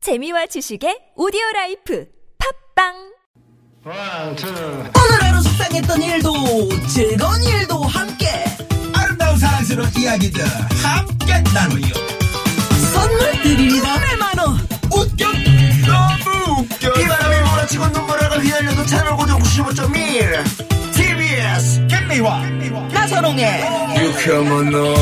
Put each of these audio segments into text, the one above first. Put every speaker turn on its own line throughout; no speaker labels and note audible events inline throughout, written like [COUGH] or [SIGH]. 재미와 지식의 오디오 라이프 팝빵
One, two.
오늘 하루 속상했던 일도 즐거운 일도 함께
아름다운 사랑스러운 이야기들 함께 나누요
선물 드립니다 100만원
웃겨 너무 웃겨 이 바람이 몰아치고 눈물을 휘날려도 채널 고정 95.1 TBS 겟미와
나선홍의
유쾌한 너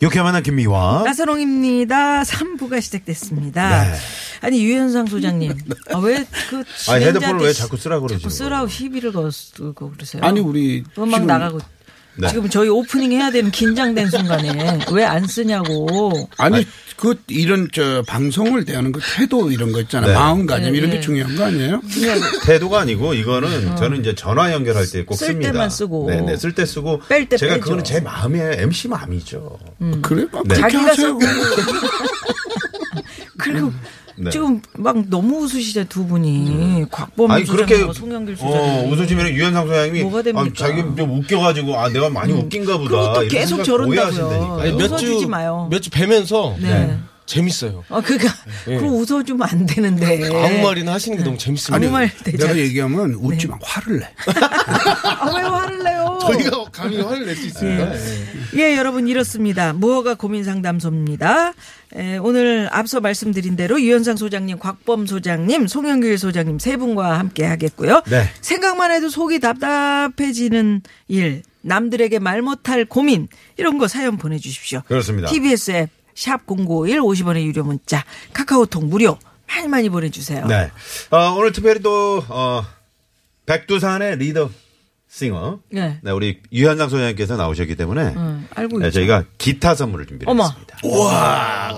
이렇게 만난 김미화.
나선홍입니다 3부가 시작됐습니다
네.
아니 유현상
[LAUGHS]
소장님 아, 왜그
아니, 헤드폰을 왜 자꾸 쓰라고 그러지,
자꾸
이거?
쓰라고 시비를 걸고 그러세요
아니 우리
음악
지금
나가고
네.
지금 저희 오프닝 해야 되는 긴장된
[LAUGHS]
순간에 왜 안 쓰냐고
아니 그 이런 저 방송을 대하는 그 태도 이런 거 있잖아
네.
마음가짐
네,
이런
네.
게 중요한 거 아니에요?
태도가 아니고 이거는 저는 이제 전화 연결할 때 꼭
어. 쓸
씁니다.
때만 쓰고.
네네 쓸 때 쓰고.
뺄때
제가
빼죠.
그거는 제 마음의 MC 마음이죠.
그래 막
네.
그렇게
자기가
하세요.
그리고
네. 음.
지금 막 너무 웃으시죠 두 분이 곽범
아니 그렇게
소장하고 뭐 송영길
어,
소장님
웃으시면 유현상 소장님이
뭐가 됩니까? 음.
아, 자기 좀 웃겨가지고 아 내가 많이 웃긴가 보다.
그리고 또
이런
계속
생각
저런다고요.
오해하신다니까요.
아니, 몇
웃어주지
주,
마요.
몇 주 뵈면서
네.
재밌어요.
아, 그니까,
예.
그럼 웃어주면 안 되는데.
아무 말이나 하시는 게 너무 재밌습니다.
예. 네. 아무 말
내가
되잖아.
얘기하면 웃지 마 화를 내.
아, 왜 화를
[LAUGHS]
내요?
강의 화를 낼 수 있습니다.
예. 예, 여러분, 이렇습니다. 무허가 고민 상담소입니다. 에, 오늘 앞서 말씀드린 대로 유현상 소장님, 곽범 소장님, 송영길 소장님 세 분과 함께 하겠고요.
네.
생각만 해도 속이 답답해지는 일, 남들에게 말 못할 고민, 이런 거 사연 보내주십시오.
그렇습니다.
TBS 앱, 샵0951 50원의 유료 문자, 카카오톡 무료, 많이 많이 보내주세요.
네. 어, 오늘 특별히 또 어, 백두산의 리더 싱어.
네.
우리 유현상 소장님께서 나오셨기 때문에
음, 알고
네,
있죠.
저희가 기타 선물을 준비했습니다.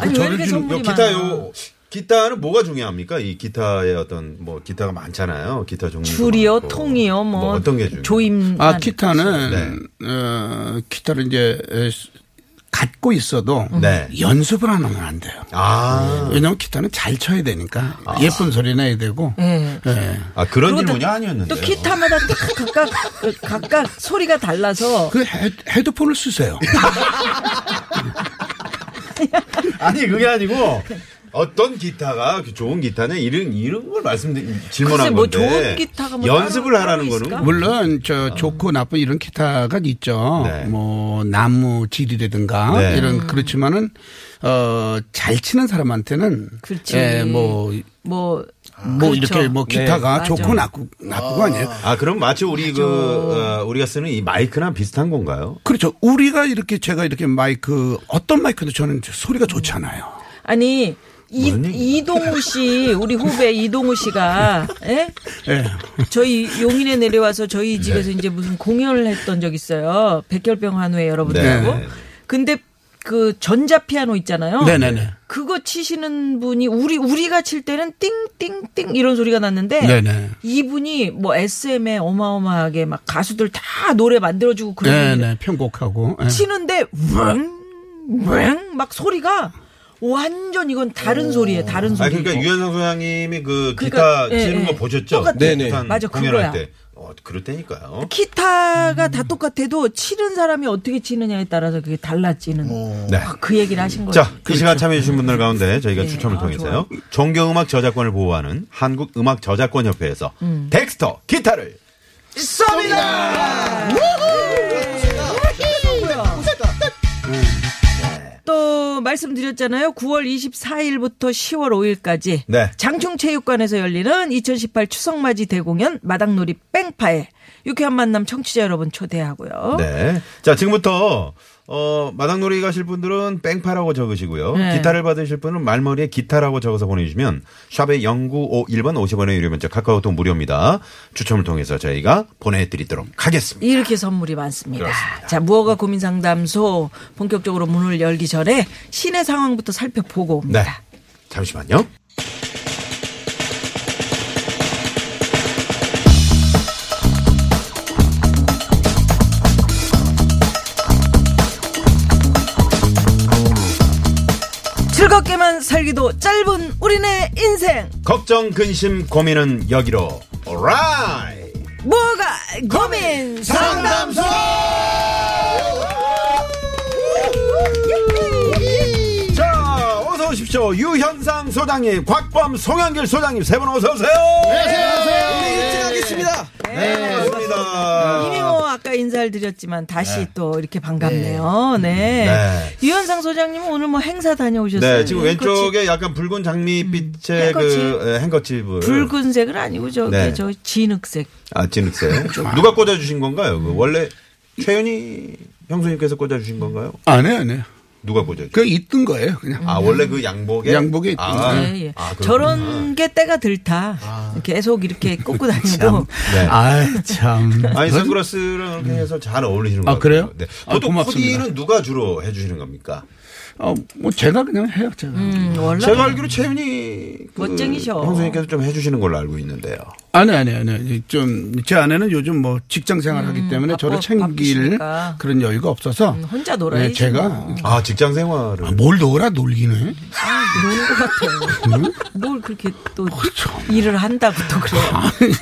아니, 왜 이렇게
요
선물이
기타
많아?
요 기타는 뭐가 중요합니까? 이 기타의 어떤 뭐 기타가 많잖아요. 기타 종류
줄이요, 통이요, 뭐,
어떤 게 중요?
조임.
아 기타는
네.
어, 기타를 이제 에, 갖고 있어도
네.
연습을 안 하면 안 돼요.
아,
왜냐면 기타는 잘 쳐야 되니까 예쁜 소리 내야 되고.
예.
예.
아 그런
그리고 또-
질문이 아니었는데.
또 기타마다 또 각각 각각 소리가 달라서
그 헤, 헤드폰을 쓰세요.
아니 그게
[LAUGHS]
아니고
네.
어떤 기타가 좋은 기타냐 이런 이런 걸 말씀드린
글쎄,
질문한
뭐
건데.
좋은 기타가 뭐
연습을
따로-
하라는
따로
거는
있을까?
물론 저 좋고 나쁜 이런 기타가 있죠.
아. 네.
뭐 나무 질이라든가
네.
음.
이런 그렇지만은 어잘 치는 사람한테는
그렇지.
예, 뭐.
뭐
뭐
그렇죠.
이렇게 뭐 기타가
맞아.
좋고 나쁘 나쁘고 아니에요.
네. 아 그럼 마치 우리 그 어, 우리가 쓰는 이 마이크랑 비슷한 건가요?
그렇죠. 우리가 이렇게 제가 이렇게 마이크 어떤 마이크도 저는 소리가 좋잖아요.
아니 이,
무슨 얘기야?
이동우 씨 우리 후배 이동우 씨가 예?
예.
저희 용인에 내려와서
네.
저희 집에서 이제 무슨 공연을 했던 적 있어요 백혈병 한우회 여러분들하고
네.
근데 그 전자 피아노 있잖아요.
네네네.
그거 치시는 분이 우리 우리가 칠 때는 띵띵띵 이런 소리가 났는데
네네.
이분이 뭐 SM에 어마어마하게 막 가수들 다 노래 만들어주고 그런 분이
네네. 편곡하고. 예.
치는데 웽웽막 소리가 완전 이건 다른 소리예요. 다른
아
소리.
그러니까 유현상 소장님이 그
음, 어. 그러니까,
기타
예,
치는
예.
거 보셨죠?
똑같아.
네네.
북한
맞아,
공연할
그거야.
때. 어, 그럴 때니까요.
기타가
음.
다 똑같아도 치는 사람이 어떻게 치느냐에 따라서 그게 달라지는
네.
아, 그 얘기를 하신 거예요.
자, 그 시간 참여해주신 분들 가운데 저희가
네.
추첨을
아,
통해서요. 종교음악 저작권을 보호하는 한국음악저작권협회에서 덱스터 기타를
또 말씀드렸잖아요. 9월 24일부터 10월 5일까지
네.
장충체육관에서 열리는 2018 추석맞이 대공연 마당놀이 뺑파에 유쾌한 만남 청취자 여러분 초대하고요.
네. 자, 지금부터 어, 마당놀이 가실 분들은 뺑파라고 적으시고요.
네.
기타를 받으실 분은 말머리에 기타라고 적어서 보내주시면 샵에 0951번 50원의 유료 문자 카카오톡 무료입니다. 추첨을 통해서 저희가 보내드리도록 하겠습니다.
이렇게 선물이 많습니다.
그렇습니다.
자, 무허가 고민 상담소 본격적으로 문을 열기 전에 시내 상황부터 살펴보고
네.
옵니다.
잠시만요. 네.
즐겁게만 살기도 짧은 우리네 인생
걱정, 근심, 고민은 여기로. 오라이!
무허가 고민 상담소!
자, 어서 오십시오. 유현상 소장님, 곽범 송영길 소장님 세 분 어서 오세요.
하겠습니다.
네, 반갑습니다.
이미 뭐 아까 인사를 드렸지만 다시 또 이렇게 반갑네요. 네.
네.
유현상 소장님은 오늘 뭐 행사 다녀오셨어요? 그
네, 지금
앵커치-
왼쪽에 약간 붉은 장미빛의
음,
그 에, 행거칩을
붉은색은 아니고 저기
네.
저 진흙색.
아, 진흙색. 누가 꽂아 주신 건가요? 그 원래 최윤희 형수님께서 꽂아 주신 건가요?
안 해요, 안 해요.
누가 꽂아 주신?
네, 그 있던 거예요, 그냥.
아, 원래 그 양복에
양복에 있던
아,
거예요.
예, 예.
아, 그렇구나. 아.
저런 게 때가 들다. 계속 이렇게 꽂고
[LAUGHS]
다니고.
네.
아, 참.
아니 선글라스랑 이렇게 해서 잘 어울리시는 것
아,
같아요.
그래요?
네.
아,
보통
고맙습니다.
코디는 누가 주로 해주시는 겁니까?
어, 뭐 제가 그냥 해요, 제가.
음, 원래
제가 알기로 최윤희 그
멋쟁이셔.
형수님께서 좀 해주시는 걸로 알고 있는데요.
아니, 아니, 아니. 좀, 제 아내는 요즘 뭐 직장 생활 하기 때문에 저를
음, 바빠-
챙길
바쁘시니까.
그런 여유가 없어서.
음, 혼자 놀아야지
네, 제가.
뭐.
아 직장 생활을
아, 뭘 놀아, 놀기는.
노는 것 같아요.
음?
뭘 그렇게 또 일을 한다고 또 그래요.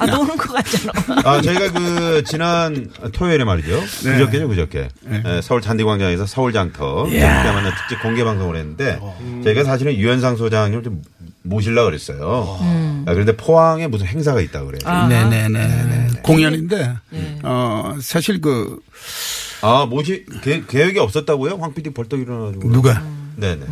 아, 노는 것 같잖아.
아, 저희가 그, 지난 토요일에 말이죠.
네.
그저께죠, 그저께. 예, 서울 잔디광장에서 서울장터. 그때 만난 특집 공개 방송을 했는데,
어. 음.
저희가 사실은 유현상 소장님을 좀 모실라 그랬어요. 아, 그런데 포항에 무슨 행사가 있다 그래요. 아,
네, 네네네. 공연인데, 어, 사실 그,
아, 모시, 계, 계획이 없었다고요? 황 PD 벌떡 일어나가지고.
누가?
음.
네네.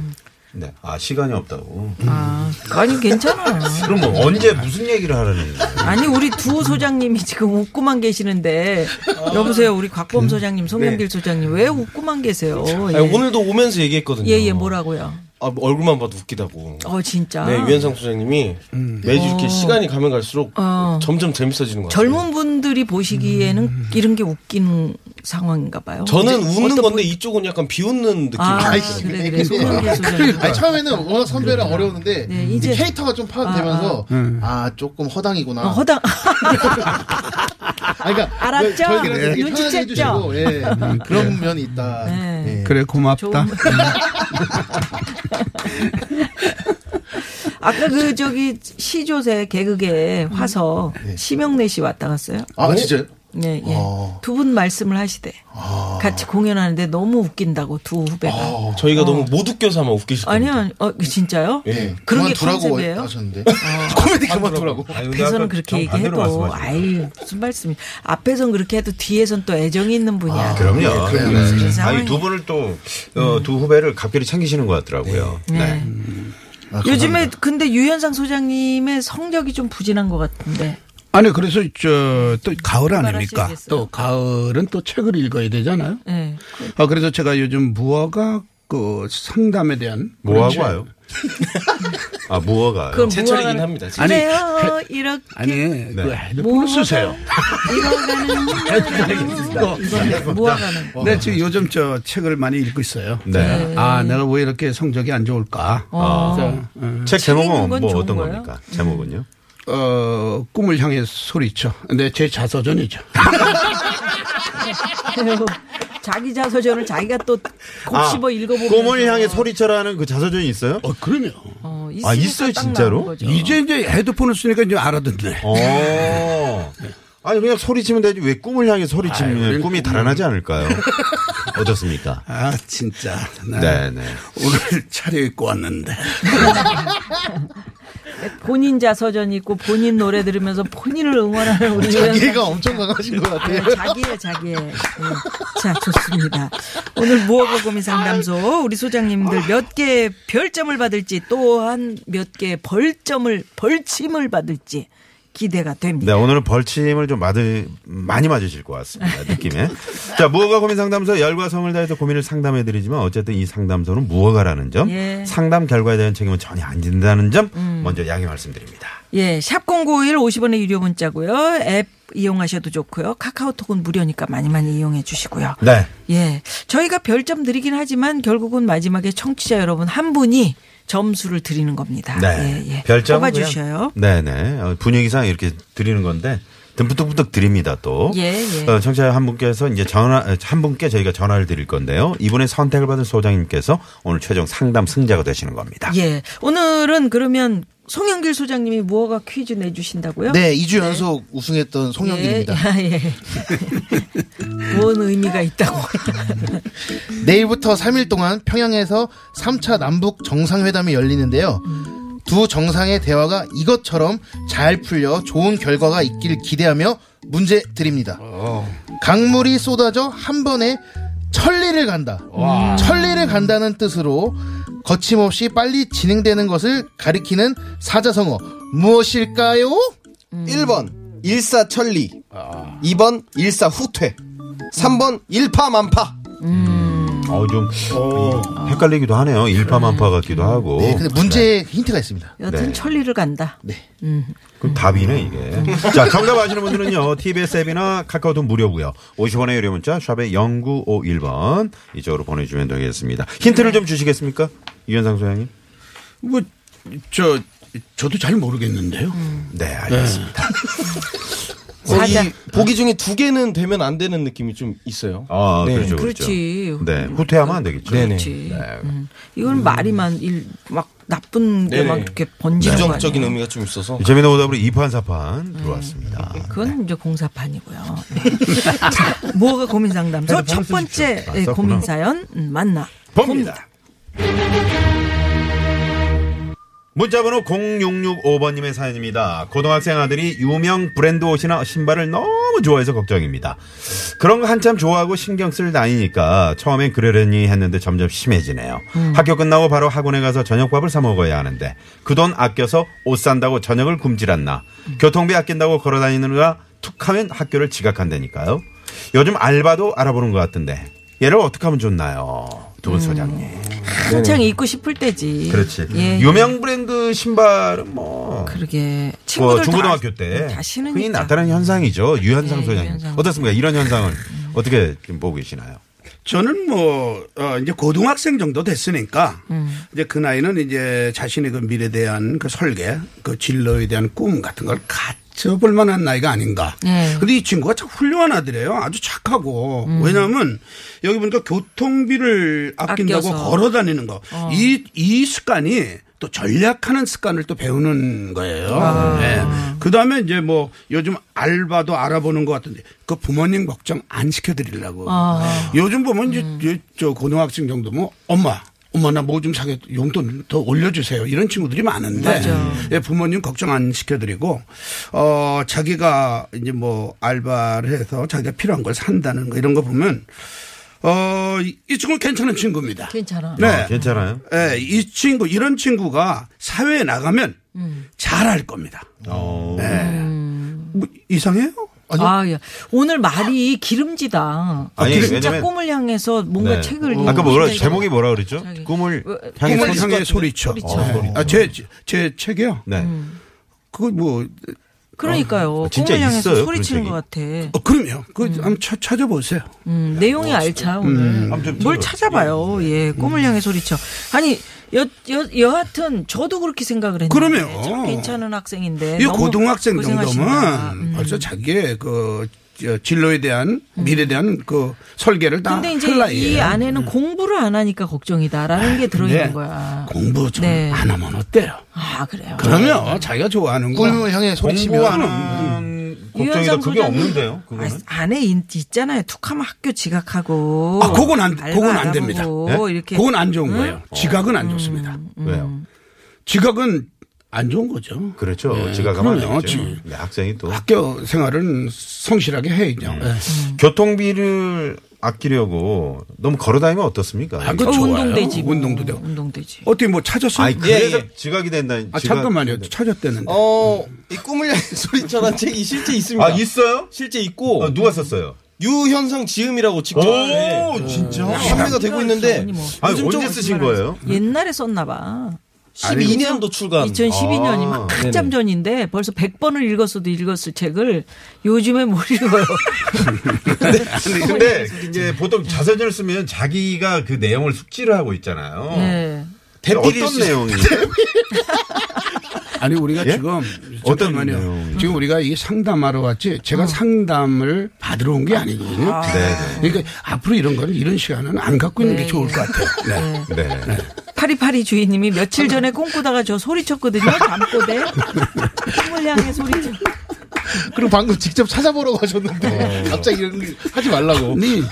네. 아, 시간이 없다고.
아, 아니, 괜찮아.
그럼 뭐 언제 무슨 얘기를 하라는 거예요?
아니, 우리 두 소장님이 지금 웃고만 계시는데, 여보세요, 우리 곽범 소장님, 송영길 소장님, 왜 웃고만 계세요? 예.
네. 아니, 오늘도 뭐. 오면서 얘기했거든요.
예, 예, 뭐라고요?
아, 뭐 얼굴만 봐도 웃기다고.
어, 진짜.
네, 유현상 소장님이 매주 이렇게 시간이 가면 갈수록
음. 어.
점점 재밌어지는 것 같아요.
젊은 분들이 보시기에는 이런 게 웃기는 상황인가 봐요.
음. 저는
어떤
웃는
분-
건데 이쪽은 약간 비웃는 느낌.
아,
이
그래, 그래. 송영길 소장님.
아니, 처음에는 워낙 선배랑 어려웠는데
네,
이제
이제-
캐릭터가 좀 파악되면서 아, 조금 허당이구나.
어, 허당.
아, 그러니까
알았죠?
저에게는
네.
되게 편하게
눈치챘죠? 음,
해주시고, 예. 그런 면이 있다.
네.
예.
그래, 고맙다.
좋은 아까 그 저기 시조새 개그계 화서
네.
심영래 씨 왔다 갔어요.
아 진짜요?
네, 예. 두 분 말씀을 하시대. 같이 공연하는데 너무 웃긴다고 두 후배가.
저희가 너무 못 웃겨서만 웃기실 거예요.
어. 아니요, 어 진짜요? 네. 그런 게
예. 그만두라고 아,
컨셉이에요?
하셨는데 코미디 그만두라고.
앞에서는 그렇게 얘기해도 아이 무슨 말씀이? 앞에서는 그렇게 해도 뒤에선 또 애정이 있는 분이야.
아, 그럼요.
그래요.
네.
상황이- 음.
아니, 두 분을 또, 어, 두 후배를 갑자기 챙기시는 것 같더라고요. 네.
아,
요즘에 근데 유현상 소장님의 성적이 좀 부진한 것 같은데.
아니, 그래서 저, 또 가을 아닙니까?
하셔야겠어요.
또 가을은 또 책을 읽어야 되잖아요.
예.
아, 그래서 제가 요즘 무화과 그 상담에 대한. 그런
뭐하고
책.
와요? 아, 무어가요?
그럼
제 차례긴
무화과는-
합니다. 지금.
그래요 이렇게
아니,
네.
그 핸드폰을 쓰세요.
아,
이거.
이거는 모아가는 거.
네, 지금 요즘 저 책을 많이 읽고 있어요.
네.
아, 내가 왜 이렇게 성적이 안 좋을까?
어.
책
책임은
제목은
건
뭐
좋은
어떤
거예요? 음.
겁니까? 제목은요?
어, 꿈을 향해 소리쳐. 근데 제 자서전이죠.
자기 자서전을 자기가 또 곱씹어 뭐 읽어보면
꿈을 아, 향해 소리쳐라는 그 자서전이 있어요?
어, 그럼요.
어, 있으니까
아, 있어요,
딱
진짜로?
나오는 거죠.
이제 이제 헤드폰을 쓰니까 이제 알아듣네.
[LAUGHS]
어. 아니 그냥 소리치면 되지 왜 꿈을 향해 소리치면
아유,
꿈이
꿈은-
달아나지 않을까요? 어떻습니까?
아, 진짜. 나
네네.
오늘 차려입고 왔는데.
본인 자서전 있고 본인 노래 들으면서 본인을 응원하는 우리
[LAUGHS]
네,
자기가 엄청 강하신 것 같아요.
자기의 자기의 예. 자 좋습니다 오늘 무허가 고민 상담소 우리 소장님들 몇 개 별점을 받을지 또한 몇 개 벌점을 벌침을 받을지 기대가 됩니다
네 오늘은 벌침을 좀 맞을 많이 맞으실 것 같습니다 느낌에. 자 무허가 고민 상담소 열과 성을 다해서 고민을 상담해드리지만 어쨌든 이 상담소는 무허가라는 점,
예. 음.
상담 결과에 대한 책임은 전혀 안 진다는 점 먼저 양해 말씀드립니다.
예, 샵0951 50원의 유료 문자고요. 앱 이용하셔도 좋고요. 카카오톡은 무료니까 많이 많이 이용해 주시고요.
네.
예. 저희가 별점 드리긴 하지만 결국은 마지막에 청취자 여러분 한 분이 점수를 드리는 겁니다.
네.
예, 예.
별점
뽑아 주셔요.
네네. 어, 분위기상 이렇게 드리는 건데 듬뿍듬뿍 드립니다 또.
예, 예.
어, 청취자 한 분께서 이제 전화 에, 한 분께 저희가 전화를 드릴 건데요. 이번에 선택을 받은 소장님께서 오늘 최종 상담 승자가 되시는 겁니다.
예. 오늘은 그러면 송영길 소장님이 무허가 퀴즈 내주신다고요?
네, 2주 연속 우승했던 송영길입니다.
예, 야, 예. 뭔 의미가 있다고.
네. 내일부터 3일 동안 평양에서 3차 남북 정상회담이 열리는데요. 두 정상의 대화가 이것처럼 잘 풀려 좋은 결과가 있길 기대하며 문제 드립니다. 강물이 쏟아져 한 번에 천리를 간다. 천리를 간다는 뜻으로 거침없이 빨리 진행되는 것을 가리키는 사자성어 무엇일까요?
1번 일사천리 2번 일사후퇴 3번 일파만파
어우 좀 헷갈리기도 하네요. 일파만파 같기도 하고.
네, 근데 문제에 힌트가 있습니다.
여튼
네.
천리를 간다.
그럼 답이네 이게. 자 정답 아시는 분들은요. TBS 앱이나 카카오톡 무료고요. 50원의 유료 문자 샵에 0951번 이쪽으로 보내주면 되겠습니다. 힌트를 좀 주시겠습니까? 유현상 소장님.
뭐, 저, 저도 잘 모르겠는데요.
네 알겠습니다.
아, 사자.
이 보기 중에 두 개는 되면 안 되는 느낌이 좀 있어요.
아
네.
그렇죠 그렇죠.
그렇지.
네 후퇴하면 안 되겠죠.
네네.
그렇지. 음. 이건 말이만 일, 막 나쁜 게
네네.
막 이렇게 번지는 거
부정적인
아니에요?
의미가 좀 있어서
재미난 오답으로 2판 4판 들어왔습니다.
그건 이제 공사판이고요. 네. [LAUGHS] 자, 뭐가 고민 상담소 첫 번째
주십시오. 아,
예,
썼구나.
고민 사연 음, 만나.
봅니다. 문자번호 0665번님의 사연입니다. 고등학생 아들이 유명 브랜드 옷이나 신발을 너무 좋아해서 걱정입니다. 그런 거 한참 좋아하고 신경 쓸 나이니까 처음엔 그러려니 했는데 점점 심해지네요. 학교 끝나고 바로 학원에 가서 저녁밥을 사 먹어야 하는데 그 돈 아껴서 옷 산다고 저녁을 굶질않나 교통비 아낀다고 걸어다니느라 툭하면 학교를 지각한다니까요. 요즘 알바도 알아보는 것 같은데 얘를 어떻게 하면 좋나요? 두 분 소장님.
한창 입고 싶을 때지.
그렇지. 음,
예.
유명 브랜드 신발은 뭐.
그러게
뭐
친구들
중고등학교
다, 음,
때
다
흔히
신으니까.
나타나는 현상이죠. 유현상
네,
소장님.
유현상. 음,
어떻습니까? 이런 현상을 어떻게 지금 보고 계시나요?
저는 뭐, 어, 이제 고등학생 정도 됐으니까, 이제 그 나이는 이제 자신의 그 미래에 대한 그 설계, 그 진로에 대한 꿈 같은 걸 갖춰볼 만한 나이가 아닌가.
네.
근데 이 친구가 참 훌륭한 아들이에요. 아주 착하고. 왜냐하면 여기 보니까 교통비를 아낀다고
아껴서.
걸어 다니는 거. 이, 이 습관이 또 전략하는 습관을 또 배우는 거예요. 네. 그 다음에 이제 뭐 요즘 알바도 알아보는 것 같은데 그 부모님 걱정 안 시켜드리려고. 요즘 보면 이제 요- 저 고등학생 정도면 뭐 엄마. 엄마 나 뭐 좀 사게 용돈 더 올려주세요 이런 친구들이 많은데 예, 부모님 걱정 안 시켜드리고 어 자기가 이제 뭐 알바를 해서 자기가 필요한 걸 산다는 거 이런 거 보면 어이 친구 괜찮은 친구입니다.
괜찮아.
네.
어, 괜찮아요?
예, 이 친구 이런 친구가 사회에 나가면
음.
잘할 겁니다.
어.
네.
뭐 이상해요?
아, 예. 오늘 말이 기름지다.
아니,
진짜
왜냐면-
꿈을 향해서 뭔가
네.
책을
아까 뭐라
읽는다.
제목이 뭐라 그랬죠?
저기. 어,
꿈을 향해
꿈을
서
향해 소리쳐. 아, 제, 제- 제 책이요?
네.
음.
그거 뭐,
그러니까요.
아, 진짜
꿈을 향해서
있어요,
소리치는
그런
것 같아.
어, 그럼요. 그거 한번 쳐- 찾아보세요.
음, 내용이 알차 오늘.
한번 좀
뭘
찾아봐요.
찾아봐요. 예,
음.
꿈을 향해 소리쳐. 아니 여, 여 여하튼 저도 그렇게 생각을 했는데.
그럼요.
참 괜찮은 학생인데.
이
네, 너무
고등학생
고생하신다. 음.
정도면 벌써 자기의 그 저, 진로에 대한 미래에 대한 그 설계를 다
근데 이제
할
이 아-
나이에요. 음. 아,
안에는 공부를 안 하니까 걱정이다라는 게 들어있는
근데
거야.
공부 좀 안
네.
하면 어때요?
아 그래요.
그럼요. 자기가 좋아하는 거.
꿈을 향해
어.
소리치면
음.
공부하는 걱정이다
유현상
그게
소장님.
없는데요.
아,
그거는.
안에 있, 잖아요 툭하면 학교 지각하고.
아, 그건 안,
알바
그건 안
알아보고
됩니다. 예?
이렇게 음,
그건 안 좋은 거예요. 지각은 안 좋습니다.
왜요?
지각은 안 좋은 거죠.
그렇죠.
네,
지각하면 안
그럼요.
되죠.
지-
네, 학생이 또
학교 생활은 성실하게 해야죠. 네.
음.
교통비를 아끼려고 너무 걸어다니면 어떻습니까?
아, 그거
어,
좋아요.
운동되지. 뭐.
운동도 되고.
운동되지.
어떻게 뭐 찾았어요?
아니 그래서
예, 예.
지각이 된다.
아, 잠깐만요. 찾았다는데.
어, 이 꿈을 향해 [LAUGHS] 소리쳐라는 책이 실제 있습니다.
아 있어요?
실제 있고
어, 누가 썼어요?
유현상 즈음이라고 직접
진짜?
판매가 되고 있는데
아니, 뭐.
아니
요즘 좀
언제 쓰신 거예요?
옛날에 썼나 봐.
12년도 출간.
2012년이 막 한참 전인데 벌써 100번을 읽었어도 읽었을 책을 요즘에 못 읽어요.
[LAUGHS]
근데 이제 보통 자서전을 쓰면 자기가 그 내용을 숙지를 하고 있잖아요.
네.
근데
대필일
어떤
수
내용이?
[LAUGHS]
아니 우리가
예?
지금
어떤
잠깐만요.
내용이요? 어.
지금 우리가 이 상담하러 왔지 제가 상담을 받으러 온 게 아니거든요.
네,
그러니까 앞으로 이런 거는 이런 시간은 안 갖고 있는 게 좋을 것 같아요. 네.
네. 네.
파리파리 주인님이 며칠 전에 꿈꾸다가 저 소리쳤거든요. 잠꼬대. 꿈을 향해 소리쳐.
그리고 방금 직접 찾아보라고 하셨는데
네.
갑자기 이런 거 하지 말라고.
니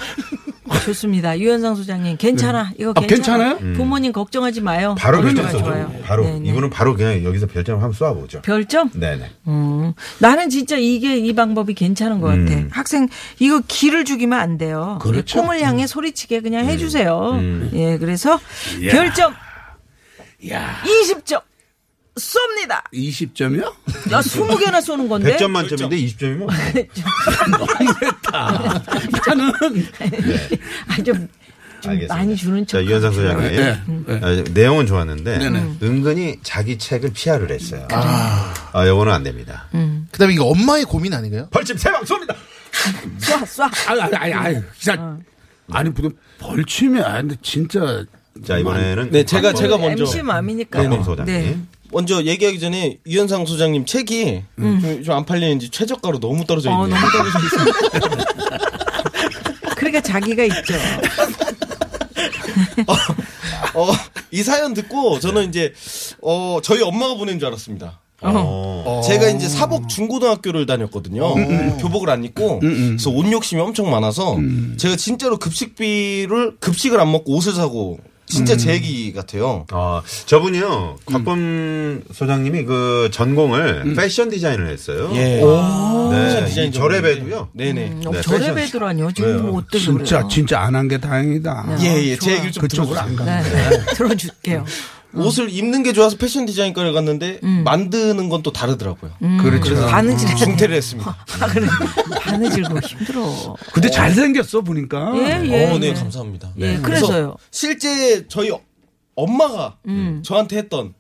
아, 좋습니다. 유현상 소장님 괜찮아. 이거
아,
괜찮아.
괜찮아요?
부모님 걱정하지 마요.
바로
좋아요,
결정 써줘.
좋아요.
바로
네, 네.
이분은 바로 그냥 여기서 별점 한번 쏴보죠.
별점?
네네.
음, 나는 진짜 이게 이 방법이 괜찮은 것 같아.
음.
학생 이거 기를 죽이면 안 돼요.
그렇죠.
콩을
음.
향해 소리치게 그냥 해주세요. 예, 그래서 별점
야
20점 쏩니다.
20점이요?
나 20개나 쏘는 건데.
100점 만점인데 20점이면 뭐.
나는
아, 좀, 좀
알겠습니다.
많이 주는 척.
자, 유현상 소장님.
네,
음.
네.
아, 내용은 좋았는데
네,
은근히 자기 책을 피아를 했어요. 아, 요거는 안 됩니다.
그다음에 이거 엄마의 고민 아닌가요?
벌집 세방 쏩니다.
쏴, 쏴.
아니 아니 아니 아니
어.
진짜 아니 무슨 벌침이 아닌데 진짜
자, 이번에는
네, 제가
박범-
제가 먼저 네.
MC 맘이니까. 네.
박범 소장님.
먼저 얘기하기 전에 유현상 소장님 책이 좀 안 팔리는지 최저가로 너무 떨어져
어,
있네요.
음. 너무 떨어져 있어. 그러니까 자기가 있죠.
[LAUGHS]
네,
어, 이 사연 듣고 저는 이제 어, 저희 엄마가 보낸 줄 알았습니다.
어.
어. 제가 이제 사복 중고등학교를
음,
다녔거든요. 교복을 안 입고 그래서 옷 욕심이 엄청 많아서
음.
제가 진짜로 급식비를 급식을 안 먹고 옷을 사고
음.
진짜 제 얘기 같아요.
아, 저분이요. 곽범 소장님이 그 전공을 패션 디자인을 했어요.
예.
네.
디자인
이
전공인데.
절에배도요.
네네.
네,
저래
패션- 네.
배도라뇨. 지금 뭐 어때
진짜 진짜 안 한 게 다행이다.
예, 예. 제 얘기를 좀
그쪽으로
들어보세요.
안 가.
네, 네. 들어줄게요.
옷을 입는 게 좋아서 패션 디자인과를 갔는데 만드는 건 또 다르더라고요. 음.
그렇죠.
바느질.
음.
중퇴를 했습니다.
아, 그래. [LAUGHS] 바느질고 뭐 힘들어.
근데 잘 생겼어 보니까.
예, 예.
어,
예.
네, 감사합니다.
예, 그래서요. 음.
실제 저희 엄마가 저한테 했던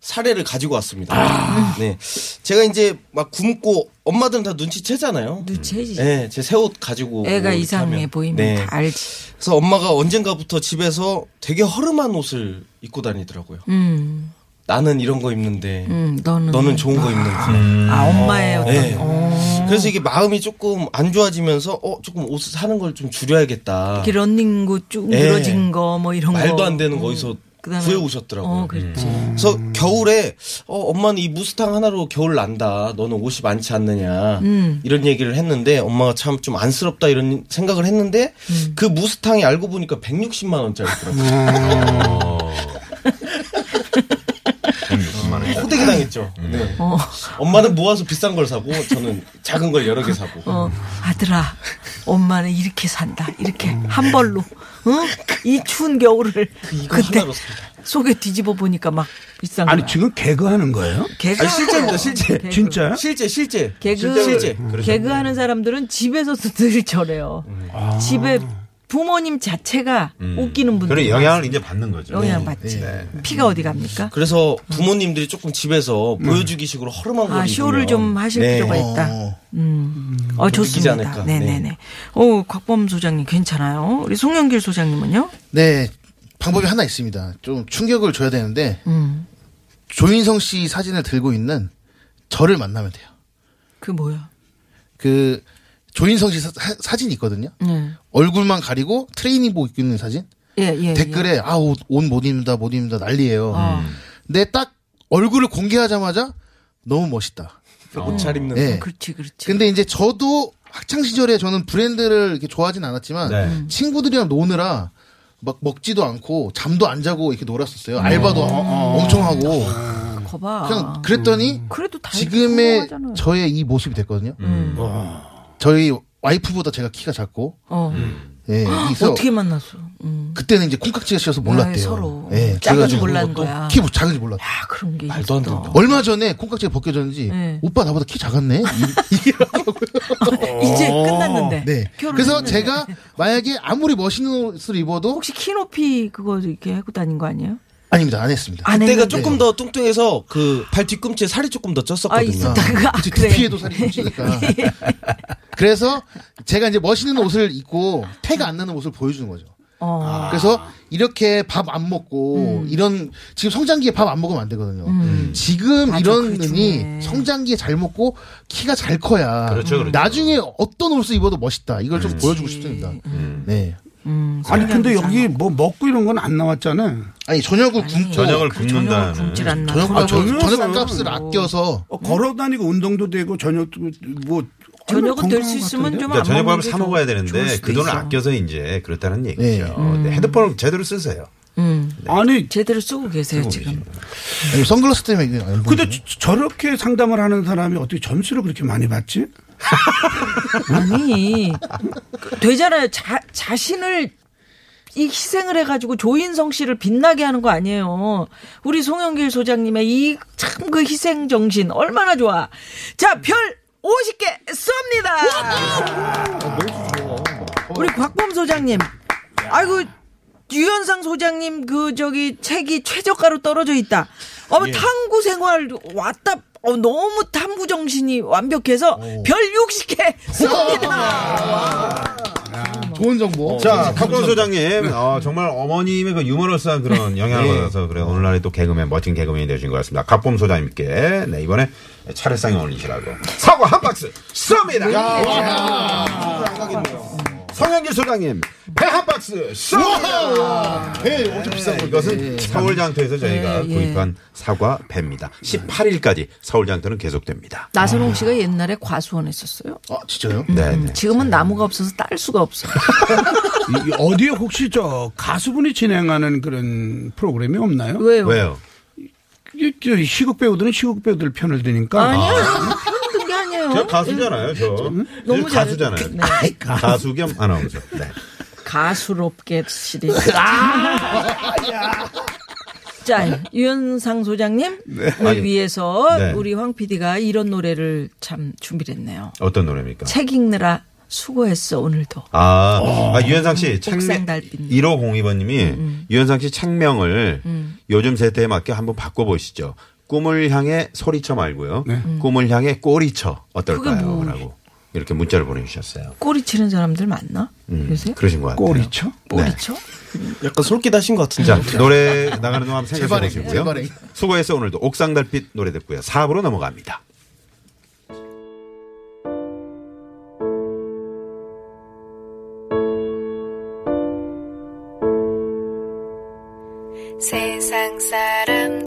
사례를 가지고 왔습니다.
아.
네. 제가 이제 막 굶고 엄마들은 다 눈치채잖아요.
누체지.
네, 제 새 옷 가지고
애가
이렇게
이상해
하면.
보이면
네.
다 알지.
그래서 엄마가 언젠가부터 집에서 되게 허름한 옷을 입고 다니더라고요.
음,
나는 이런 거 입는데
음, 너는.
너는 좋은 거 입는구나.
아, 엄마의 어떤.
네.
어.
그래서 이게 마음이 조금 안 좋아지면서 어 조금 옷 사는 걸 좀 줄여야겠다.
이렇게 런닝구 쭉
예.
늘어진 거, 뭐 이런 거.
말도 안 되는 거기서
그다음에-
구해 오셨더라고요. 음.
어, 그렇지.
그래서 겨울에 어, 엄마는 이 무스탕 하나로 겨울 난다. 너는 옷이 많지 않느냐
음.
이런 얘기를 했는데 엄마가 참 좀 안쓰럽다 이런 생각을 했는데
음.
그 무스탕이 알고 보니까 160만 원짜리더라고요. 어. 호되게 당했죠. 네.
어,
엄마는 모아서 비싼 걸 사고 저는 작은 걸 여러 개 사고.
어, 아들아, 엄마는 이렇게 산다. 이렇게
음.
한 벌로. 응?
[LAUGHS]
이 추운 겨울을.
이거
그때
하나로 삽니다.
속에 뒤집어 보니까 막 비싼 거.
아니 지금 개그하는 거예요?
[LAUGHS] 개그.
아니, 실제입니다, 실제.
진짜요?
실제 실제
개그
실제
개그 하는 사람들은 집에서도 늘 저래요.
음.
집에 부모님 자체가 웃기는 분들
음. 그런 영향을 이제 받는 거죠.
네.
네.
영향 받지. 피가 어디
음.
갑니까?
그래서 부모님들이 조금 집에서 보여주기식으로 허름한 걸
음. 아 쇼를
입으면
좀 하실
네.
필요가 있다. 음, 어 좋습니다.
않을까.
네네네. 어 곽범 소장님 괜찮아요. 우리 송영길 소장님은요?
네. 방법이 하나 있습니다. 좀 충격을 줘야 되는데
음,
조인성 씨 사진을 들고 있는 저를 만나면 돼요.
그 뭐야?
그 조인성 씨 사, 사진 있거든요.
네.
얼굴만 가리고 트레이닝복 입고 있는 사진.
예, 어. 예.
댓글에 음. 아옷못 입는다 못 입는다 난리예요.
아.
근데 딱 얼굴을 공개하자마자 너무 멋있다.
옷잘 입는
예.
예. 그렇지, 그렇지.
근데 이제 저도 학창 시절에 저는 브랜드를 이렇게 좋아하진 않았지만
네. 음.
친구들이랑 노느라 막 먹지도 않고 잠도 안 자고 이렇게 놀았었어요.
네.
알바도 어- 엄청 하고
아, 거봐.
어.
그냥 그랬더니
음.
그래도 다
지금의
성공하잖아요.
저의 이 모습이 됐거든요.
음.
저희 와이프보다 제가 키가 작고
어.
예, 그래서
어떻게 만났어? 음.
그때는 이제 콩깍지가 씌어서 몰랐대요.
아, 서로.
예,
작은 줄
그래가지고
몰랐는 거야.
키 작은지 몰랐. 대
아, 그런 게
말도 안
있어.
된다.
얼마 전에 콩깍지가 벗겨졌는지
네.
오빠 나보다 키 작았네.
[LAUGHS]
이-
이제
어.
끝났는데.
네.
결혼을
그래서
했는데.
제가 만약에 아무리 멋있는 옷을 입어도
혹시 키 높이 그거 이렇게 하고 다닌 거 아니에요?
아닙니다. 안 했습니다.
안
그때가
했는데.
조금 더 뚱뚱해서 그 발 뒤꿈치에 살이 조금 더 쪘었거든요.
아, 있었다가 아,
그치,
그래.
두피에도 살이 겹치니까. 그래서 제가 이제 멋있는 옷을 입고 태가 안 나는 옷을 보여주는 거죠.
어.
아,
아.
그래서 이렇게 밥 안
음.
먹고 이런 지금 성장기에 밥 안 먹으면 안 되거든요. 지금
맞아,
이런
그게 중요해.
눈이 성장기에 잘 먹고 키가 잘 커야
그렇죠, 그렇죠.
나중에 어떤 옷을 입어도 멋있다. 이걸 좀 보여주고 싶습니다. 네.
아니 근데 여기 뭐 먹고 이런 건 안 나왔잖아요.
아니 저녁을 굶고
저녁을 굶는다는.
굶질 않나.
저녁
아, 저녁은-
저녁 값을 아껴서
어, 걸어 다니고 운동도 되고 저녁도 뭐
저녁은 될 수 있으면
좀
좀
그러니까
안
저녁
먹는
밥을
게
사
좋- 좋을
먹어야 되는데
수도
그 돈을
있어.
아껴서 이제 그렇다는 얘기죠. 네, 헤드폰을 제대로 쓰세요.
음.
아니
제대로 쓰고 계세요 지금.
아니, 선글라스 때문에 그냥 안
근데
보이네.
저- 저렇게 상담을 하는 사람이 어떻게 점수를 그렇게 많이 받지?
아니 그, 되잖아요. 자, 자신을 이 희생을 해가지고 조인성 씨를 빛나게 하는 거 아니에요. 우리 송영길 소장님의 이 참 그 희생 정신 얼마나 좋아. 자, 별 50개 쏩니다. 우리 곽범 소장님. 아이고 유현상 소장님 그 저기 책이 최저가로 떨어져 있다. 어,
예.
탐구 생활 왔다. 어, 너무 탐구 정신이 완벽해서 별
[LAUGHS]
60개
네.
쏩니다.
좋은 정보.
자, 탁권 어, 소장님, 어, 정말 어머님의 그 유머러스한 그런 영향을 받아서 그래 오늘날에 또 개그맨 멋진 개그맨이 되신 것 같습니다. 갑범 소장님께 네 이번에 차례상에 올리시라고 사과 한 박스 쏩니다. 아. 성현길 소장님 배 한 박스 쏩니다. 네, 이것은 서울 장터에서 저희가
예, 예.
구입한 사과 배입니다. 18일까지 서울 장터는 계속됩니다.
나선홍 씨가 옛날에 과수원 했었어요. 음,
아 진짜요?
네, 네.
지금은 나무가 없어서 딸 수가 없어.
이- 어디에 혹시 저 가수분이 진행하는 그런 프로그램이 없나요?
[LAUGHS] 왜요?
왜요?
이- 저 시국 배우들은 시국 배우들 편을 드니까
아니야. 힘든 게 아니에요.
제가 가수잖아요, 저.
어? 음, 너무
제가 가수잖아요.
잘해.
가수 겸 아나운서. 네.
가수롭게 시리즈.
[LAUGHS] 아!
[LAUGHS] 자, 유현상 소장님
네. 아니,
을 위해서
네.
우리 황 PD가 이런 노래를 참 준비했네요.
어떤 노래입니까?
책 읽느라 수고했어 오늘도.
아, 아 유현상 씨
어. 옥상
책명
달빛. 음,
1502번님이 유현상 씨 책명을 요즘 세대에 맞게 한번 바꿔보시죠. 꿈을 향해 소리쳐 말고요. 꿈을 향해 꼬리쳐
네. 음. 그게
어떨까요?
뭐-
라고 이렇게 문자를 보내주셨어요.
꼬리 치는 사람들 많나?
음,
요새?
그러신 것 같아요.
꼬리쳐?
네.
그렇죠?
약간 솔깃하신 것 같은데.
자 노래
[LAUGHS]
나가는 동안 한번 생각해
제발의,
보시고요.
제발의.
수고해서 오늘도 옥상달빛 노래 듣고요. 4부로 넘어갑니다.
세상 사람